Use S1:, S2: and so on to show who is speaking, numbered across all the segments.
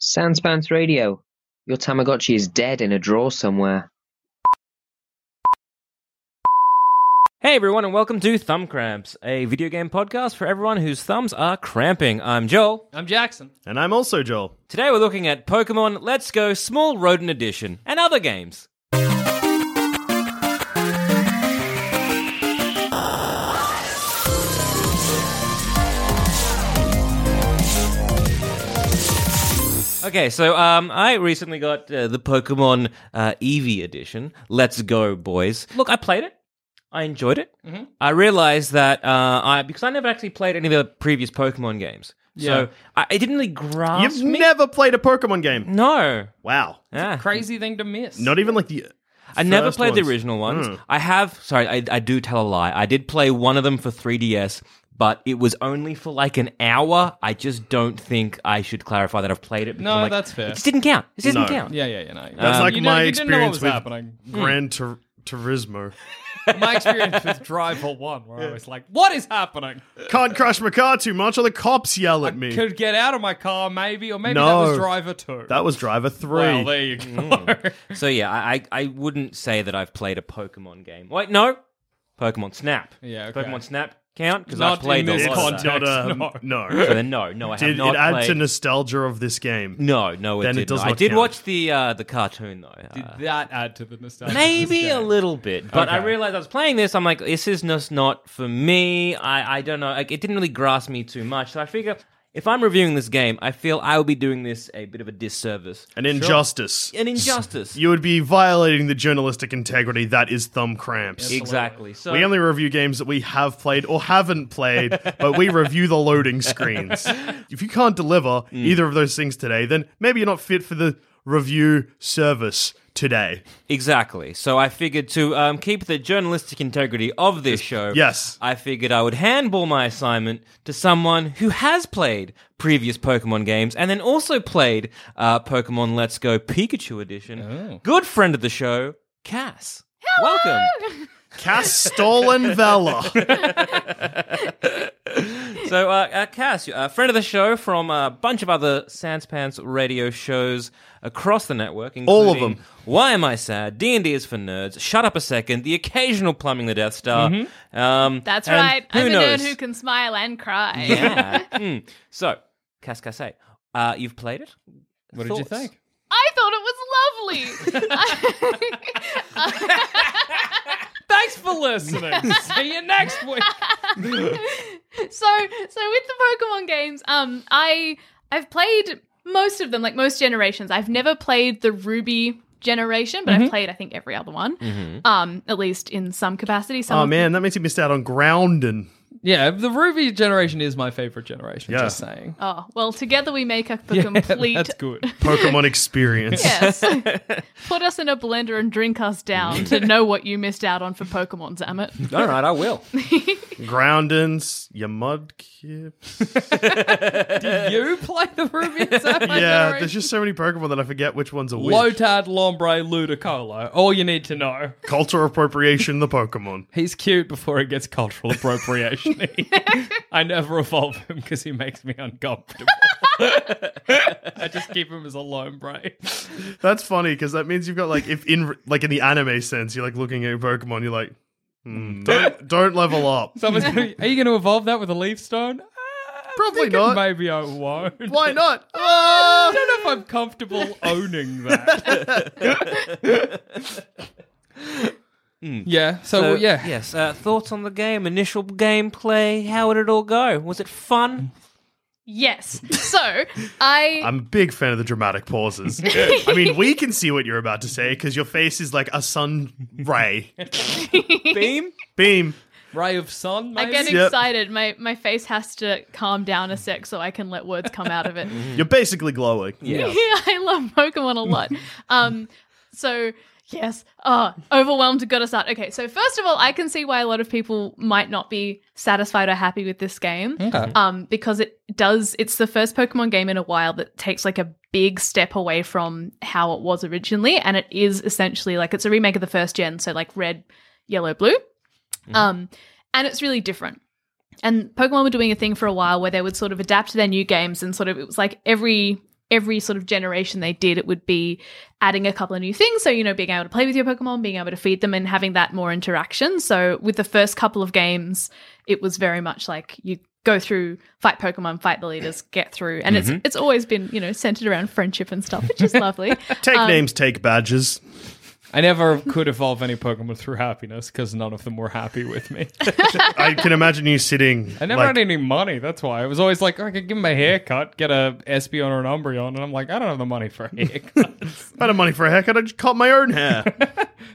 S1: Sanspants Radio. Your Tamagotchi is dead in a drawer somewhere.
S2: Hey everyone, and welcome to Thumb Cramps, a video game podcast for everyone whose thumbs are cramping. I'm Joel.
S3: I'm Jackson.
S4: And I'm also Joel.
S2: Today we're looking at Pokemon Let's Go Small Rodent Edition and other games. Okay, so um, I recently got uh, the Pokemon uh, Eevee edition. Let's go, boys! Look, I played it. Mm-hmm. I enjoyed it. I realized that uh, I because I never actually played any of the previous Pokemon games,
S3: Yeah.
S2: so I, it didn't really grasp
S4: You've
S2: me.
S4: never played a Pokemon game.
S2: No.
S4: Wow.
S2: Yeah.
S3: Crazy thing to miss.
S4: Not even like
S3: Um,
S4: the.
S2: I never
S4: first
S2: played the
S4: ones.
S2: original ones.
S4: Mm.
S2: I have, sorry, I, I do tell a lie. I did play one of them for 3DS, but it was only for like an hour. I just don't think I should clarify that I've played it. because
S3: No,
S2: I'm like,
S3: that's fair.
S2: It just didn't count. It just
S4: No.
S2: didn't count.
S3: yeah, yeah, yeah. No.
S4: That's
S3: Um,
S4: like
S3: you know-
S4: my
S3: you didn't know what
S4: experience
S3: was
S4: with
S3: happening. Hmm.
S4: Gran Tur- Turismo.
S3: my experience with Drive for One, where I was like, "What is happening?"
S4: Can't crash my car too much or the cops yell at me.
S3: Could get out of my car, maybe, or maybe
S4: No.
S3: that was Driver Two.
S4: That was Driver 3.
S3: well, there you go.
S2: So yeah, I, I I wouldn't say that I've played a Pokemon game. Wait, no, Pokemon Snap.
S3: Yeah, okay.
S2: Pokemon Snap count because
S3: Not
S2: I've played
S3: in
S2: a
S3: this
S2: lot of
S4: it's
S2: that.
S4: not a.
S3: No.
S4: No.
S2: So then no, no, I have
S4: Did,
S2: not
S4: it adds
S2: played.
S4: to nostalgia of this game.
S2: no, no, it
S4: Then it
S2: did
S4: does
S2: not. I
S4: not
S2: did
S4: count.
S2: watch the uh, the cartoon though.
S3: Did
S2: Uh,
S3: that add to the nostalgia?
S2: Maybe
S3: This
S2: a
S3: game?
S2: little bit, but I
S3: Okay.
S2: realized I was playing this. I'm like, this is just not for me. I, I don't know. Like, it didn't really grasp me too much. So I figure if I'm reviewing this game, I feel I will be doing this a bit of a disservice,
S4: An injustice.
S2: an injustice.
S4: You would be violating the journalistic integrity that is thumb cramps.
S2: exactly. So
S4: We only review games that we have played or haven't played, but we review the loading screens. If you can't deliver either of those things today, then maybe you're not fit for the review service today.
S2: exactly. So I figured to um, keep the journalistic integrity of this show.
S4: Yes.
S2: I figured I would handball my assignment to someone who has played previous Pokemon games and then also played uh, Pokemon Let's Go Pikachu Edition.
S4: Oh.
S2: Good friend of the show, Cass. Welcome.
S4: Cass Stolen Valor.
S2: So, uh, uh, Cass, a friend of the show from a bunch of other Sanspants radio shows across the network,
S4: All of
S2: including
S4: them.
S2: Why Am I Sad? D and D is for nerds. Shut up a second. The occasional plumbing the Death Star. Um,
S5: That's
S2: and
S5: right.
S2: Who
S5: I'm a
S2: knows?
S5: nerd who can smile and cry.
S2: Yeah. Mm. So, Cass Cassay, uh, you've played it.
S3: What did you
S2: Thoughts?
S3: think?
S5: I thought it was lovely.
S3: Thanks for listening. See you next week.
S5: so so with the Pokemon games, um, I I've played most of them, like most generations. I've never played the Ruby generation, but I've played I think every other one. Um, at least in some capacity. Some
S4: oh
S5: of-
S4: man, that makes you miss out on grounding.
S3: Yeah, the Ruby generation is my favorite generation.
S4: Yeah.
S3: Just saying.
S5: Oh well, together we make up the complete.
S3: That's good.
S4: Pokemon experience.
S5: Yes. Put us in a blender and drink us down to know what you missed out on for Pokemon, damn it.
S2: All right, I will.
S4: Groundings, your mudkips.
S3: Did you play the Ruby and Sapphire
S4: Yeah,
S3: generation?
S4: there's just so many Pokemon that I forget which ones are which.
S3: Lotad, Lombre, Ludicolo. All you need to know.
S4: Cultural appropriation, the Pokemon.
S3: He's cute before it gets cultural appropriation. I never evolve him because he makes me uncomfortable. I just keep him as a lone brain.
S4: That's funny because that means you've got like if in like in the anime sense, you're like looking at your Pokemon, you're like, Don't, don't level up.
S3: Someone's gonna, are you going to evolve that with a leaf stone? Ah, I'm
S4: Probably
S3: thinking
S4: not.
S3: Maybe I won't.
S4: Why not?
S3: I
S4: Ah!
S3: don't know if I'm comfortable owning that. Yeah. So,
S2: So,
S3: yeah.
S2: Yes. Uh, thoughts on the game? Initial gameplay? How did it all go? Was it fun?
S5: Yes. So I
S4: I'm a big fan of the dramatic pauses. I mean, we can see what you're about to say because your face is like a sun ray
S2: Beam?
S4: beam.
S3: Ray of sun.
S5: I
S3: Maybe?
S5: get
S4: Yep.
S5: excited. My my face has to calm down a sec so I can let words come out of it.
S4: You're basically glowing.
S2: Yeah.
S5: I love Pokemon a lot. Um, so yes, uh, overwhelmed got us out. Okay, so first of all, I can see why a lot of people might not be satisfied or happy with this game.
S3: Okay.
S5: Um, because it does. It's the first Pokemon game in a while that takes like a big step away from how it was originally, and it is essentially like it's a remake of the first gen. So like red, yellow, blue. Um, and it's really different. And Pokemon were doing a thing for a while where they would sort of adapt to their new games and sort of it was like every every sort of generation they did it would be adding a couple of new things so you know being able to play with your pokemon being able to feed them and having that more interaction so with the first couple of games it was very much like you go through fight pokemon fight the leaders get through and it's it's always been you know centered around friendship and stuff which is lovely
S4: Take
S3: Um,
S4: names, take badges.
S3: I never could evolve any Pokemon through happiness because none of them were happy with me.
S4: I can imagine you sitting.
S3: I never
S4: like,
S3: had any money. That's why I was always like, I could give him a haircut, get a Espeon or an Umbreon, and I'm like, I don't have the money for a haircut.
S4: I had money for a haircut. I just cut my own hair.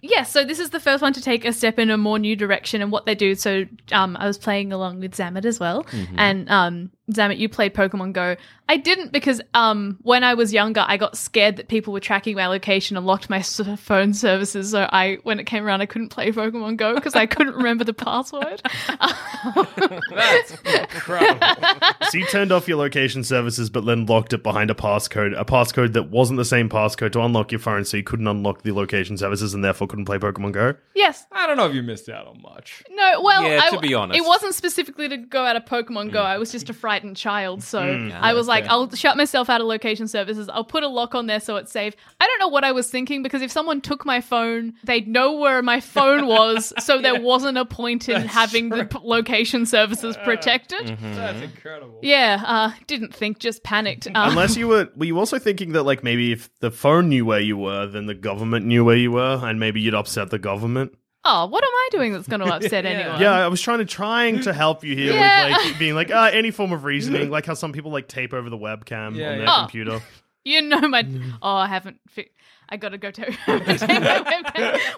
S5: Yes, so this is the first one to take a step in a more new direction and what they do. So um, I was playing along with Zamet as well. And um, Zamet, you played Pokemon Go. I didn't because um, when I was younger, I got scared that people were tracking my location and locked my s- phone services. So I, when it came around, I couldn't play Pokemon Go because I couldn't remember the password. Uh,
S4: so you turned off your location services, but then locked it behind a passcode, a passcode that wasn't the same passcode to unlock your phone, so you couldn't unlock the location services and therefore couldn't play Pokemon Go.
S5: yes,
S3: I don't know if you missed out on much.
S5: no, well,
S2: Yeah,
S5: I-
S2: to be honest.
S5: it wasn't specifically to go out of Pokemon Go. I was just a frightened child, so
S4: Mm.
S5: I was like, I'll shut myself out of location services. I'll put a lock on there so it's safe. I don't know what I was thinking because if someone took my phone, they'd know where my phone was, so there wasn't a point in having the p- location services
S2: Uh,
S5: protected.
S2: mm-hmm.
S3: That's incredible.
S5: Yeah, uh, didn't think, just panicked.
S3: Oh.
S5: Um,
S4: Unless you were, were you also thinking that like maybe if the phone knew where you were, then the government knew where you were, and maybe you'd upset the government.
S5: oh, what am I doing that's going to upset anyone?
S4: Yeah, I was trying to trying to help you here
S5: Yeah.
S4: with like being like uh, any form of reasoning, like how some people like tape over the webcam
S3: Yeah,
S4: on their
S3: yeah.
S5: Oh.
S4: computer.
S5: You know my. Oh, I haven't. Fi- I gotta go to.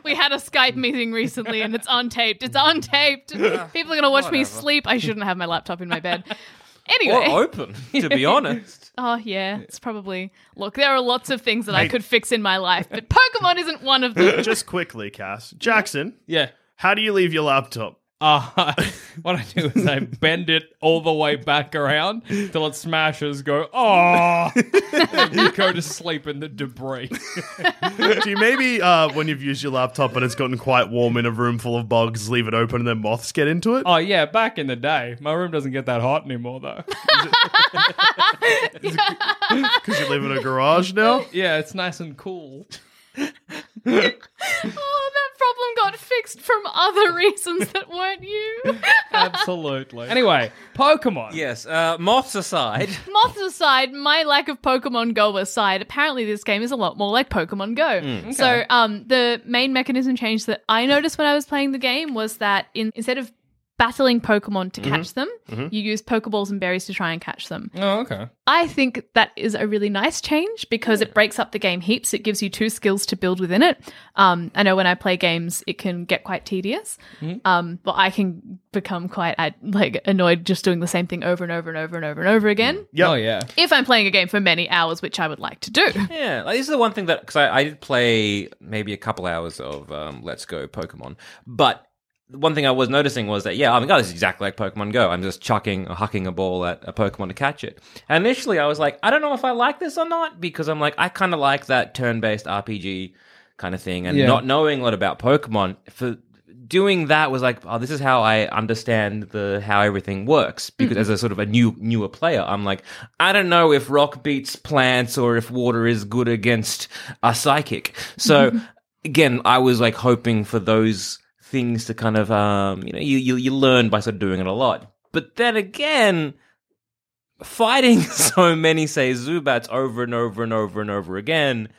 S5: we had a Skype meeting recently, and it's untaped. It's untaped. People are gonna watch me sleep. I shouldn't have my laptop in my bed.
S2: Or
S5: Anyway.
S2: open, to be honest.
S5: Oh yeah, it's probably. Look, there are lots of things that I could fix in my life, but Pokemon isn't one of
S3: Oh.
S5: them.
S4: Just quickly, Cass Jackson,
S3: Yeah.
S4: how do you leave your laptop?
S3: Uh, what I do is I bend it all the way back around till it smashes, go, oh, and you go to sleep in the debris.
S4: Do you maybe uh, when you've used your laptop and it's gotten quite warm in a room full of bugs, leave it open and then moths get into it?
S3: Oh, yeah, back in the day. My room doesn't get that hot anymore, though.
S4: Because you live in a garage now.
S3: Yeah, it's nice and cool.
S5: Oh, that problem got fixed from other reasons that weren't you.
S3: Absolutely. Anyway, Pokemon.
S2: Yes. Uh, moths aside.
S5: Moths aside, my lack of Pokemon Go aside, apparently this game is a lot more like Pokemon Go. So, um, the main mechanism change that I noticed when I was playing the game was that in instead of battling Pokemon to catch them, you use Pokeballs and berries to try and catch them.
S3: Oh, okay.
S5: I think that is a really nice change because it breaks up the game heaps. It gives you two skills to build within it. Um, I know when I play games, it can get quite tedious, um, but I can become quite uh, like annoyed just doing the same thing over and over and over and over and over again
S4: Yep.
S3: Oh, yeah.
S5: if I'm playing a game for many hours, which I would like to do.
S2: Yeah, like, this is the one thing that because I, I did play maybe a couple hours of um, Let's Go Pokemon, but one thing I was noticing was that yeah, I mean, oh, this is exactly like Pokemon Go. I'm just chucking or hucking a ball at a Pokemon to catch it. And initially, I was like, I don't know if I like this or not because I'm like, I kind of like that turn-based RPG kind of thing, and
S3: Yeah.
S2: not knowing a lot about Pokemon for doing that was like, oh, this is how I understand the how everything works. Because
S3: Hmm.
S2: as a sort of a new newer player, I'm like, I don't know if rock beats plants or if water is good against a psychic. So again, I was like hoping for those things to kind of um, you know you, you you learn by sort of doing it a lot. But then again, fighting so many say Zubats over and over and over and over again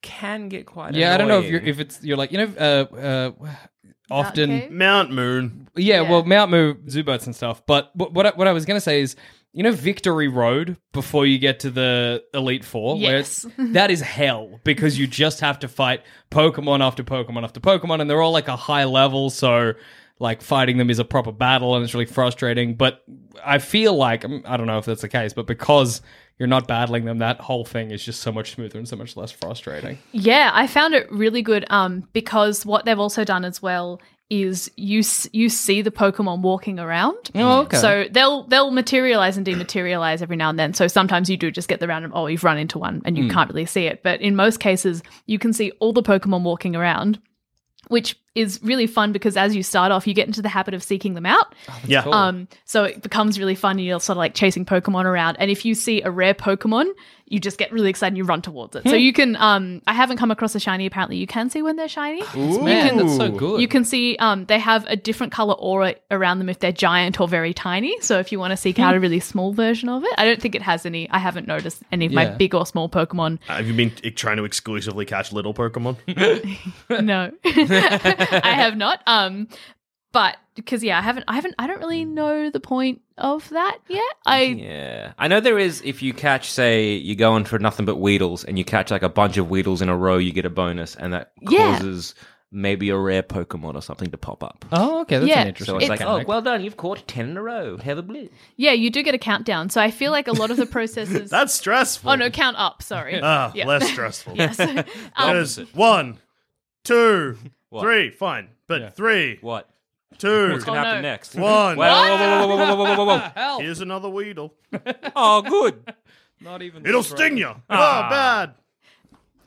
S2: can get quite
S3: Yeah, I don't know if you're
S2: annoying.
S3: if it's you're like you know uh, uh, often.
S5: Cave?
S4: Mount Moon.
S3: Yeah,
S5: Yeah.
S3: well, Mount Moo, Zubats and stuff. But, but what I, what I was going to say is, you know, Victory Road before you get to the Elite Four, where it's, that is hell because you just have to fight Pokemon after Pokemon after Pokemon, and they're all like a high level, so like fighting them is a proper battle, and it's really frustrating. But I feel like um, I don't know if that's the case, but because you're not battling them, that whole thing is just so much smoother and so much less frustrating.
S5: Yeah, I found it really good um, because what they've also done as well is you s- you see the Pokemon walking around.
S3: Oh, okay.
S5: So they'll they'll materialize and dematerialize every now and then. So sometimes you do just get the random oh you've run into one and you
S3: Hmm.
S5: can't really see it. But in most cases you can see all the Pokemon walking around, which is really fun because as you start off you get into the habit of seeking them out.
S4: Yeah.
S5: Um, so it becomes really fun. and You're sort of like chasing Pokemon around, and if you see a rare Pokemon, you just get really excited and you run towards it. So
S3: Hmm.
S5: you can. Um, I haven't come across a shiny. Apparently, you can see when they're shiny.
S3: Man, that's so good.
S5: You can see um, they have a different color aura around them if they're giant or very tiny. So if you want to
S3: Hmm.
S5: seek out a really small version of it, I don't think it has any. I haven't noticed any of my
S3: Yeah.
S5: big or small Pokemon.
S4: Have you been eh, trying to exclusively catch little Pokemon?
S5: no, I have not. Um, but because yeah, I haven't. I haven't. I don't really
S3: Hmm.
S5: know the point of that yet. I
S2: Yeah. I know there is, if you catch, say, you're going for nothing but Weedles and you catch like a bunch of Weedles in a row, you get a bonus and that
S5: Yeah.
S2: causes maybe a rare Pokemon or something to pop up.
S3: oh, okay, that's
S5: Yeah.
S3: an
S2: So
S3: interesting.
S2: it's, like,
S5: It's-
S2: oh, well done, you've caught 10 in a row. Have a blue.
S5: Yeah, you do get a countdown. So I feel like a lot of the processes.
S4: That's stressful.
S5: oh no, count up. Sorry.
S4: Ah,
S5: Yeah.
S4: less stressful.
S5: yes. Um,
S4: There's one, two,
S2: What?
S4: three. Fine, but
S3: Yeah.
S4: three,
S2: What?
S4: two,
S2: What's going to
S5: Oh,
S2: happen
S5: no.
S2: next? Whoa, whoa,
S4: one.
S2: whoa, whoa, whoa, whoa, whoa, whoa, whoa.
S3: Hell,
S4: Here's another Weedle.
S2: Oh, good.
S3: not even
S4: It'll sting you. Ah, bad.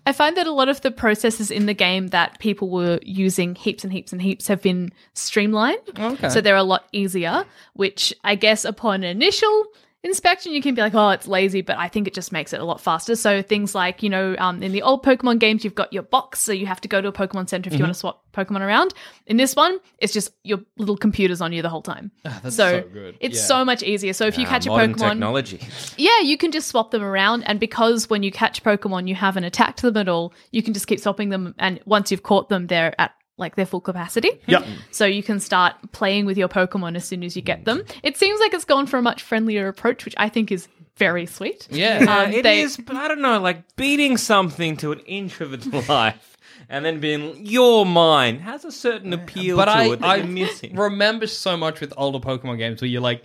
S5: I find that a lot of the processes in the game that people were using heaps and heaps and heaps have been streamlined.
S3: Okay.
S5: So they're a lot easier, which I guess upon initial inspection, you can be like, oh, it's lazy, but I think it just makes it a lot faster. So things like, you know, um, in the old Pokemon games, you've got your box, so you have to go to a Pokemon Center if you
S3: Mm-hmm.
S5: want to swap Pokemon around. In this one, it's just your little computers on you the whole time.
S3: Ah, That's
S5: so,
S3: so good.
S5: it's
S3: Yeah.
S5: so much easier. So if you catch a
S2: Modern
S5: Pokemon,
S2: technology.
S5: yeah, you can just swap them around. And because when you catch Pokemon, you haven't attacked them at all, you can just keep swapping them. And once you've caught them, they're at like their full capacity.
S4: Yep.
S5: So you can start playing with your Pokemon as soon as you get them. It seems like it's gone for a much friendlier approach, which I think is very sweet.
S3: Yeah.
S2: Uh,
S5: Um,
S2: it is,
S5: they-
S2: but I don't know, like beating something to an inch of its life and then being, you're mine, has a certain appeal
S3: but
S2: to
S3: I,
S2: it that
S3: I
S2: you're missing.
S3: remember so much with older Pokemon games where you like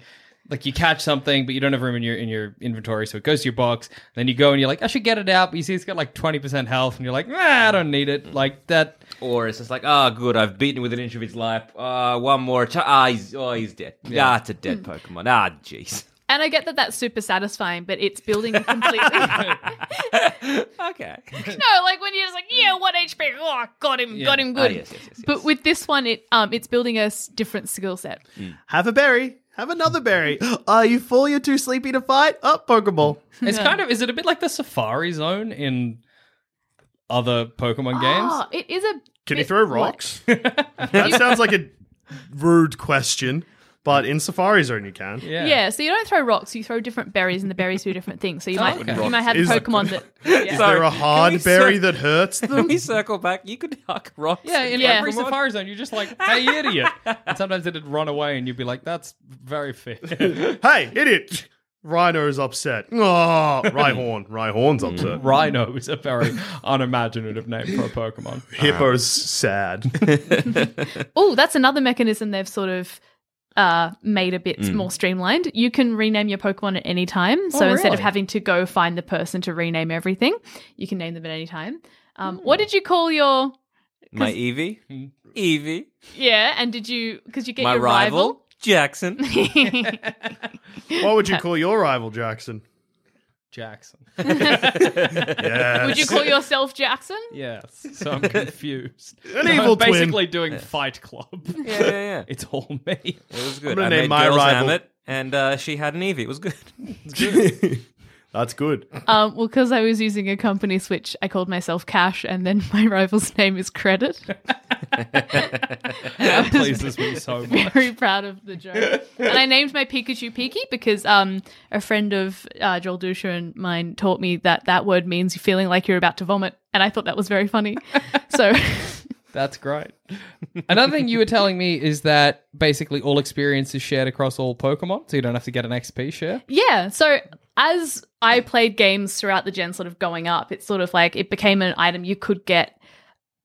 S3: like you catch something but you don't have room in your in your inventory, so it goes to your box. Then you go and you're like, I should get it out, but you see it's got like twenty percent health, and you're like, nah, I don't need it. Like that.
S2: Or it's just like, ah, good, I've beaten it with an inch of his life. Ah, one more. T- ah, he's, oh, he's dead. Ah, it's a dead
S4: Hmm.
S2: Pokemon. Ah, jeez.
S5: And I get that that's super satisfying, but it's building a completely.
S2: Okay.
S5: no, like when you're just like, yeah, one HP. Oh, got him, got him good.
S2: Ah, yes, yes, yes,
S5: But with this one, it um, it's building a s- different skill set.
S4: Have a berry. Have another berry. Are you full? You're too sleepy to fight. Up, Pokeball.
S3: It's kind of is it a bit like the Safari Zone in other
S2: Ah,
S3: Pokemon
S5: Oh, it is a.
S4: Can you
S5: bit-
S4: throw
S5: what?
S4: rocks? that sounds like a rude question, but in Safari Zone you can.
S3: games?
S5: Yeah. so you don't throw rocks, you throw diffent berries, and the berries do different things. So you might
S3: Oh, okay.
S5: you might have
S4: Is-
S5: Pokemon that yeah.
S4: Is there a
S2: we
S4: hard berry
S2: cir-
S4: that hurts them?
S2: we circle back. You could huck rocks.
S3: Yeah, in
S5: Yeah.
S3: every
S5: Pokemon.
S3: Safari Zone, you're just like, hey, you idiot. And sometimes it'd run away, and you'd be like, that's very fair.
S4: hey, idiot! Rhino's upset. Oh, Rhyhorn. Rhyhorn's upset.
S3: Rhino is a very unimaginative name for a Pokemon.
S4: Hippo's sad.
S5: Oh, that's another mechanism they've sort of uh, made a bit more streamlined. You can rename your Pokemon at any time. So instead
S3: Oh,
S5: of
S3: really?
S5: having to go find the person to rename everything, you can name them at any time. Um,
S3: Hmm.
S5: What did you call your
S2: My Eevee. Hmm. Eevee.
S5: yeah? And did you because you get
S2: My
S5: your
S2: rival.
S5: rival?
S2: Jackson.
S4: what would you call your rival, Jackson?
S3: Jackson.
S4: Yeah.
S5: Would you call yourself Jackson?
S3: Yes. So I'm confused.
S4: An
S3: So
S4: evil
S3: I'm
S4: twin.
S3: basically doing Fight Club.
S2: yeah, yeah, yeah.
S3: It's all me.
S2: It was good.
S4: gonna
S2: I
S4: name
S2: made
S4: my
S2: girls
S4: rival-
S2: Hammett, and uh, she had an Eevee. It was good.
S4: That's good.
S5: Um, well, because I was using a company switch, I called myself Cash, and then my rival's name is Credit.
S3: That pleases me so much.
S5: Very proud of the joke. and I named my Pikachu Peaky because um, a friend of uh, Joel Dusha and mine taught me that that word means you're feeling like you're about to vomit, and I thought that was very funny. so,
S3: That's great. Another thing you were telling me is that basically all experience is shared across all Pokemon, so you don't have to get an XP share.
S5: yeah. So as I played games throughout the gen, sort of going up, it's sort of like it became an item you could get.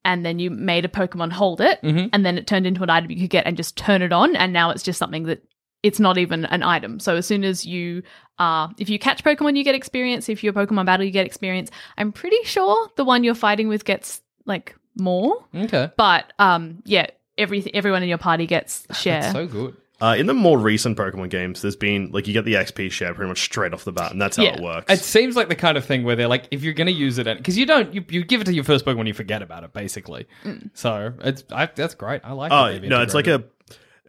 S5: And then you made a Pokemon hold it,
S3: Mm-hmm.
S5: and then it turned into an item you could get and just turn it on. And now it's just something that it's not even an item. So as soon as you uh, if you catch Pokemon, you get experience. If you're Pokemon battle, you get experience. I'm pretty sure the one you're fighting with gets like more,
S3: Okay.
S5: but um, yeah, every everyone in your party gets share.
S3: That's so good.
S4: Uh, in the more recent Pokemon games, there's been like you get the XP share pretty much straight off the bat, and that's how
S5: Yeah.
S4: it works.
S3: It seems like the kind of thing where they're like, if you're going to use it, because you don't, you, you give it to your first Pokemon, you forget about it, basically. So it's I, that's great. I like.
S4: Mm. Oh
S3: that they've
S4: no, it's like
S3: integrated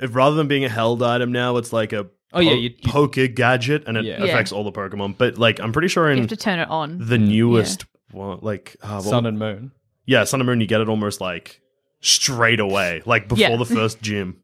S4: a if rather than being a held item now, it's like a
S3: Oh, yeah, you- you-
S4: poker gadget, and it
S3: Yeah.
S4: affects all the Pokemon. But like, I'm pretty sure
S5: You
S4: in
S5: have to turn it on.
S4: the newest one, like uh, what-
S3: Sun and Moon.
S4: yeah, Sun and Moon, you get it almost like straight away, like before
S5: Yeah.
S4: the first gym.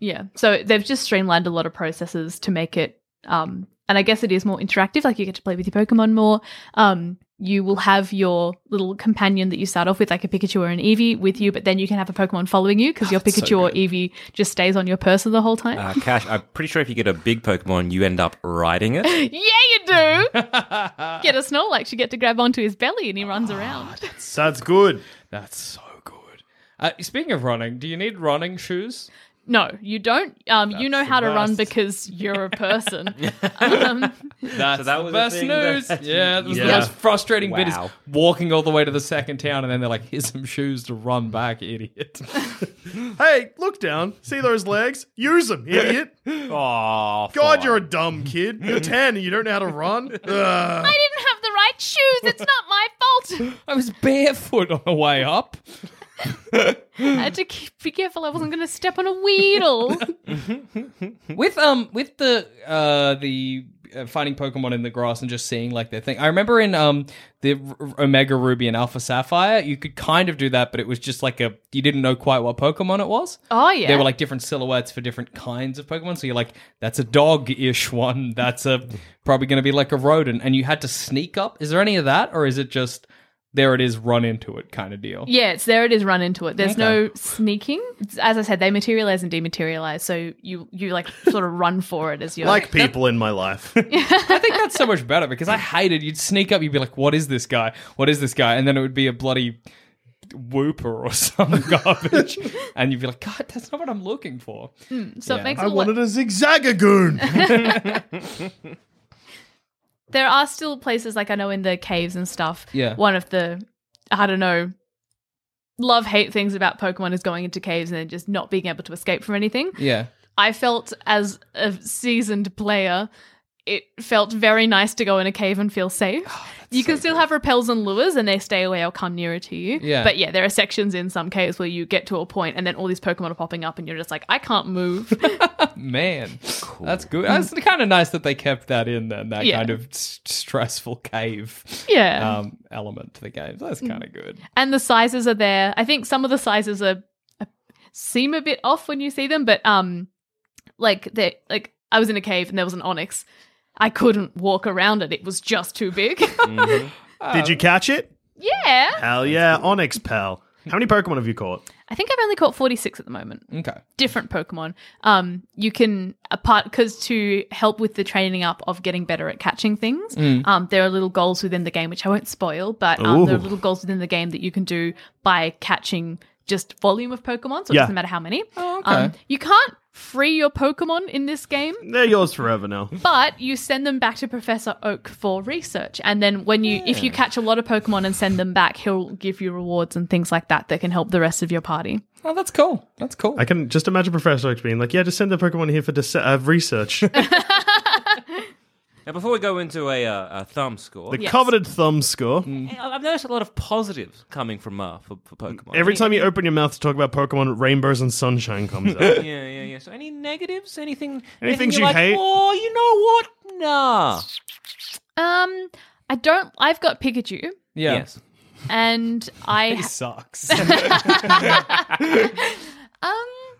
S5: Yeah. So they've just streamlined a lot of processes to make it um and I guess it is more interactive, like you get to play with your Pokemon more. Um you will have your little companion that you start off with, like a Pikachu or an Eevee, with you, but then you can have a Pokemon following you because your Pikachu or Eevee just stays on your person the whole time.
S2: Uh, Cash, I'm pretty sure if you get a big Pokemon, you end up riding it.
S5: yeah, you do. get a Snorlax, you get to grab onto his belly and he runs around.
S4: That's good.
S3: That's so good. Uh, speaking of running, do you need running shoes?
S5: No, you don't. Um, you know how to run
S3: best.
S5: because you're a person. um,
S3: That's
S2: that
S3: the
S2: was the
S3: best
S2: thing
S3: news.
S2: that-
S3: yeah, that was the
S4: Yeah.
S3: most frustrating bit is
S2: Wow.
S3: walking all the way to the second town and then they're like, here's some shoes to run back, idiot.
S4: Hey, look down. See those legs? Use them, idiot.
S2: Oh,
S4: God, you're a dumb kid. You're 10 and you don't know how to run. Ugh.
S5: I didn't have the right shoes. It's not my fault.
S3: I was barefoot on the way up.
S5: I had to keep, be careful. I wasn't going to step on a weedle. Mm-hmm.
S3: with um with the uh the uh, finding Pokemon in the grass and just seeing like their thing. I remember in um the R- Omega Ruby and Alpha Sapphire, you could kind of do that, but it was just like a you didn't know quite what Pokemon it was.
S5: Oh, yeah.
S3: there were like different silhouettes for different kinds of Pokemon. So you're like, that's a dog ish one. That's a probably going to be like a rodent, and you had to sneak up. Is there any of that, or is it just there it is, run into it kind of deal?
S5: yeah, it's there. It is run into it. There's no
S3: Okay.
S5: sneaking. It's- As I said, they materialize and dematerialize. So you you like sort of run for it as you're
S4: Like people in my life.
S3: I think that's so much better because I hated you'd sneak up, you'd be like, "What is this guy? What is this guy?" And then it would be a bloody whooper or some garbage, and you'd be like, "God, that's not what I'm looking for."
S5: So
S3: Yeah.
S5: it makes
S4: I
S5: it a lot.
S4: wanted a zigzagagoon.
S5: there are still places like I know in the caves and stuff.
S3: Yeah.
S5: One of the I don't know love hate things about Pokemon is going into caves and then just not being able to escape from anything.
S3: Yeah,
S5: I felt as a seasoned player, it felt very nice to go in a cave and feel safe. you can still have repels and lures and they stay away or come nearer to you.
S3: Yeah.
S5: But yeah, there are sections in some caves where you get to a point and then all these Pokemon are popping up and you're just like, I can't move.
S3: man, that's good. That's kind of nice that they kept that in then, that
S5: Yeah.
S3: kind of s- stressful cave
S5: yeah.
S3: um, element to the game. That's kind of good.
S5: and the sizes are there. I think some of the sizes are uh, seem a bit off when you see them, but um, like they like I was in a cave and there was an onyx. I couldn't walk around it; it was just too big.
S4: Did you catch it?
S5: yeah,
S4: Hell yeah, Onyx pal. How many Pokemon have you caught?
S5: I think I've only caught forty six at the moment.
S3: Okay,
S5: Different Pokemon. Um, you can apart because to help with the training up of getting better at catching things. Um, there are little goals within the game which I won't spoil, but um, there are
S4: Hmm. Ooh.
S5: little goals within the game that you can do by catching just volume of Pokemon. So it
S4: Yeah. Oh,
S5: doesn't matter how many.
S3: okay.
S5: Um, you can't free your Pokemon in this game,
S4: They're yours forever now.
S5: but you send them back to Professor Oak for research. And then when you, if you catch a lot of Pokemon and send them back, he'll give you rewards and things like that that can help the rest of your party.
S3: oh, that's cool. That's cool.
S4: I can just imagine Professor Oak being like, yeah, just send the Pokemon here for dis- uh, research. the
S2: Now, before we go into a, uh, a thumb score,
S5: Yes.
S4: coveted thumb score.
S2: I- I've noticed a lot of positives coming from uh, for, for Pokemon.
S4: Every time you open your mouth to talk about Pokemon, rainbows and sunshine comes out.
S2: yeah, yeah, yeah. So, any negatives? Anything?
S4: Anything
S2: you're "Oh,
S4: you
S2: like,
S4: hate?
S2: Oh, you know what? Nah.
S5: Um, I don't. I've got Pikachu,
S3: Yeah.
S2: Yes.
S5: and I
S3: He sucks.
S5: um.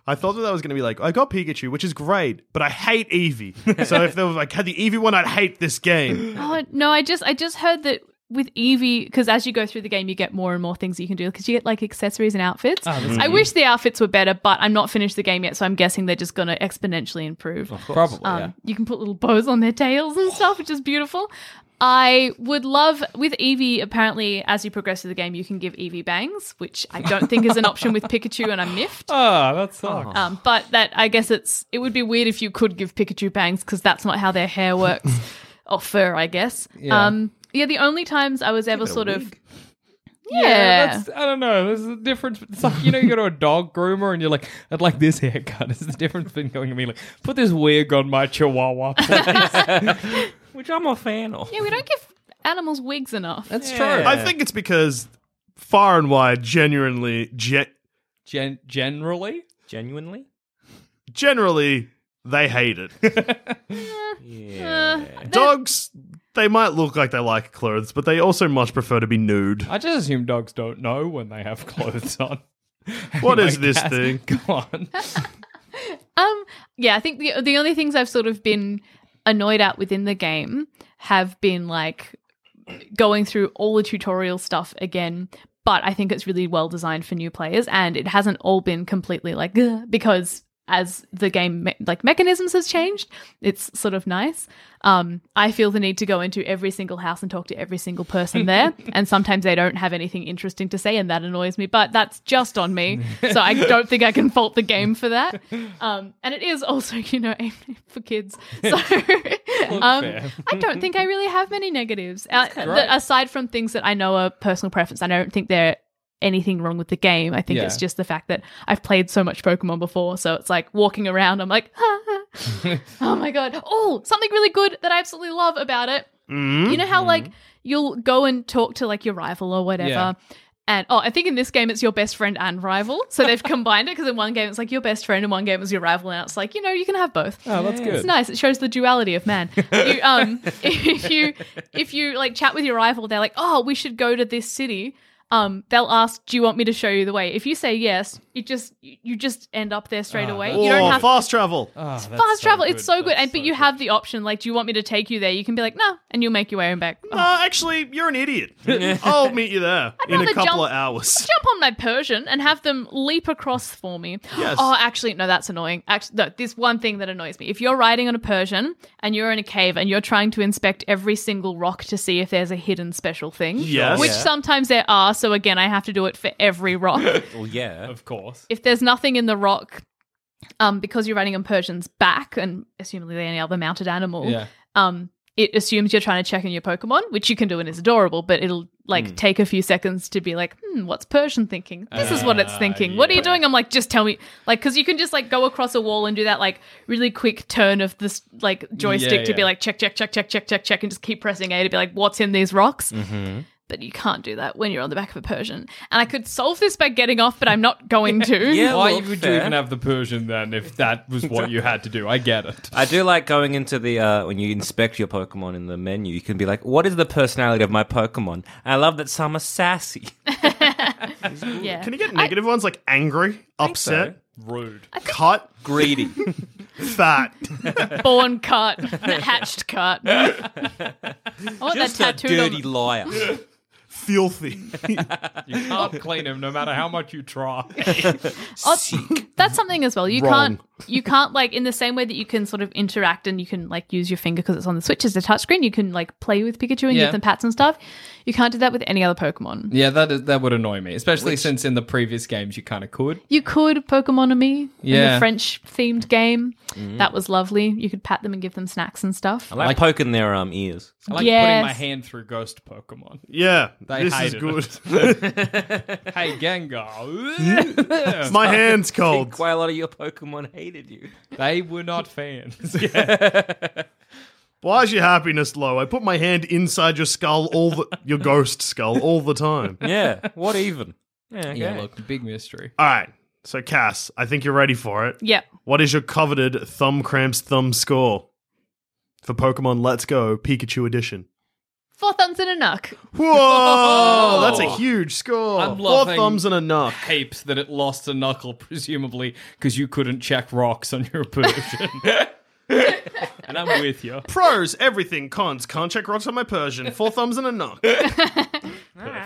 S4: I thought that, that was going to be like, I got Pikachu, which is great, but I hate Eevee. so if they were like, had the Eevee one, I'd hate this game.
S5: Oh no, I just I just heard that with Eevee, because as you go through the game, you get more and more things you can do because you get like accessories and outfits. I wish the outfits were better, but I'm not finished the game yet, so I'm guessing they're just going to exponentially improve.
S3: Probably.
S5: Um, You can put little bows on their tails and stuff, which is beautiful. I would love with Eevee. Apparently, as you progress through the game, you can give Eevee bangs, which I don't think is an option with Pikachu, and I'm miffed.
S3: Oh, that sucks.
S5: Um, but that I guess it's it would be weird if you could give Pikachu bangs because that's not how their hair works or fur, I guess.
S3: Yeah.
S5: Um, yeah, the only times I was ever sort of yeah,
S3: that's, I don't know. There's a difference. It's like you know, you go to a dog groomer and you're like, "I'd like this haircut." It's the difference between going to me like, "Put this wig on my chihuahua." please."
S2: Which I'm a fan of.
S5: yeah, we don't give animals wigs enough.
S3: that's true.
S4: I think it's because far and wide, genuinely, ge-
S3: Gen- generally,
S2: Genuinely?
S4: generally, they hate it.
S5: Uh,
S4: Dogs, they might look like they like clothes, but they also much prefer to be nude.
S3: I just assume dogs don't know when they have clothes on.
S4: What is this
S3: Cass,
S4: thing?
S3: Come on.
S5: um, yeah, I think the the only things I've sort of been annoyed at within the game have been like going through all the tutorial stuff again. But I think it's really well designed for new players, and it hasn't all been completely like "Ugh," because as the game me- like mechanisms has changed, it's sort of nice. Um, I feel the need to go into every single house and talk to every single person there, and sometimes they don't have anything interesting to say, and that annoys me. But that's just on me, so I don't think I can fault the game for that. Um, and it is also you know aimed for kids, so um, I don't think I really have many negatives. Uh,
S3: great.
S5: the, aside from things that I know are personal preference, I don't think there are anything wrong with the game. I think
S3: Yeah.
S5: it's just the fact that I've played so much Pokemon before, so it's like walking around, I'm like, oh my god! Oh, something really good that I absolutely love about it.
S3: Mm-hmm.
S5: You know how like you'll go and talk to like your rival or whatever.
S3: Yeah.
S5: And oh, I think in this game it's your best friend and rival. So they've combined it because in one game it's like your best friend and one game it's your rival, and it's like you know you can have both.
S3: Oh, that's
S5: It's
S3: good.
S5: nice. It shows the duality of man. You, um, if you if you like chat with your rival, they're like, "Oh, we should go to this city." Um, they'll ask, "Do you want me to show you the way?" If you say yes, you just you just end up there
S3: Ah,
S5: straight away. You
S4: oh,
S5: don't have Ah.
S4: fast travel.
S3: Oh, that's
S5: fast
S3: so
S5: travel. It's so good,
S3: That's
S5: and but
S3: so
S5: you have the option. Like, do you want me to take you there? You can be like, "No," and you'll make your way and back. Oh,
S4: Uh, actually, you're an idiot. I'll meet you there in a
S5: rather
S4: couple
S5: jump-
S4: of hours.
S5: jump on my Persian and have them leap across for me.
S4: Yes.
S5: Oh, actually, no, that's annoying. Actually, no, this one thing that annoys me. If you're riding on a Persian and you're in a cave and you're trying to inspect every single rock to see if there's a hidden special thing,
S4: Yes.
S5: which
S4: Yeah.
S5: sometimes there are. So again, I have to do it for every rock.
S2: Well, yeah.
S3: Of course.
S5: if there's nothing in the rock, um, because you're riding on Persian's back and assumably any other mounted animal,
S3: Yeah.
S5: um, it assumes you're trying to check in your Pokemon, which you can do and is adorable, but it'll like take a few seconds to be like, hmm, what's Persian thinking? This is what it's
S3: Ah,
S5: thinking. What are you
S3: yeah.
S5: doing? I'm like, just tell me, like, because you can just like go across a wall and do that like really quick turn of this like joystick
S3: Yeah,
S5: to be
S3: yeah.
S5: like check, check, check, check, check, check, check, and just keep pressing A to be like, what's in these rocks? But you can't do that when you're on the back of a Persian. And I could solve this by getting off, but I'm not going to.
S2: Yeah,
S3: Why
S2: well,
S3: would you
S2: fair.
S3: even have the Persian then if that was what you had to do? I get it.
S2: I do like going into the uh, when you inspect your Pokemon in the menu. You can be like, "What is the personality of my Pokemon?" And I love that some are sassy.
S5: Yeah.
S4: Can you get negative ones like angry, upset,
S3: Rude.
S4: cut,
S2: Greedy.
S4: fat?
S5: born cut, hatched cut. I want
S2: Just a
S5: that tattooed on-
S2: dirty liar.
S4: filthy.
S3: You can't clean him no matter how much you try.
S5: Oh, that's something as well. You
S4: Wrong.
S5: can't you can't like in the same way that you can sort of interact and you can like use your finger because it's on the Switch as a touchscreen. You can like play with Pikachu and
S3: Yeah.
S5: give them pats and stuff. You can't do that with any other Pokemon.
S3: Yeah, that is, that would annoy me, especially since in the previous games you kind of could.
S5: You could Pokemon me in
S3: Yeah. Mm.
S5: the French themed game. That was lovely. You could pat them and give them snacks and stuff.
S2: I like, poking their um ears.
S3: I like putting
S5: Yes.
S3: my hand through ghost Pokemon.
S4: Yeah,
S3: They
S4: this is
S3: hate
S4: good.
S3: Hey, Gengar.
S4: My hand's
S2: Oh,
S4: cold.
S2: quite a lot of your Pokemon hated you.
S3: they were not fans.
S4: Why is your happiness low? I put my hand inside your skull, all the, your ghost skull, all the time.
S2: Yeah. What even? Yeah. Okay.
S3: Yeah, look, big mystery.
S4: All right. So, Cass, I think you're ready for it.
S5: Yep.
S4: What is your coveted thumb cramps thumb score for Pokemon Let's Go Pikachu Edition?
S5: Four thumbs and a knuck.
S4: Whoa, that's a huge score.
S3: I'm
S4: Four
S3: loving-
S4: thumbs and a knock.
S3: Hate that it lost a knuckle, presumably because you couldn't check rocks on your Persian. and I'm with you.
S4: Pros, everything. Cons, can't check rocks on my Persian. Four thumbs and a knock.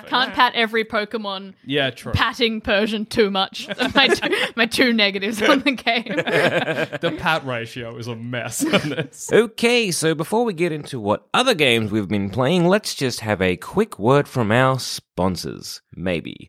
S5: Can't pat every Pokemon
S3: Yeah, true.
S5: patting Persian too much. My two, my two negatives on the game.
S3: The pat ratio is a mess on this.
S2: Okay, so before we get into what other games we've been playing, let's just have a quick word from our sponsors. Maybe.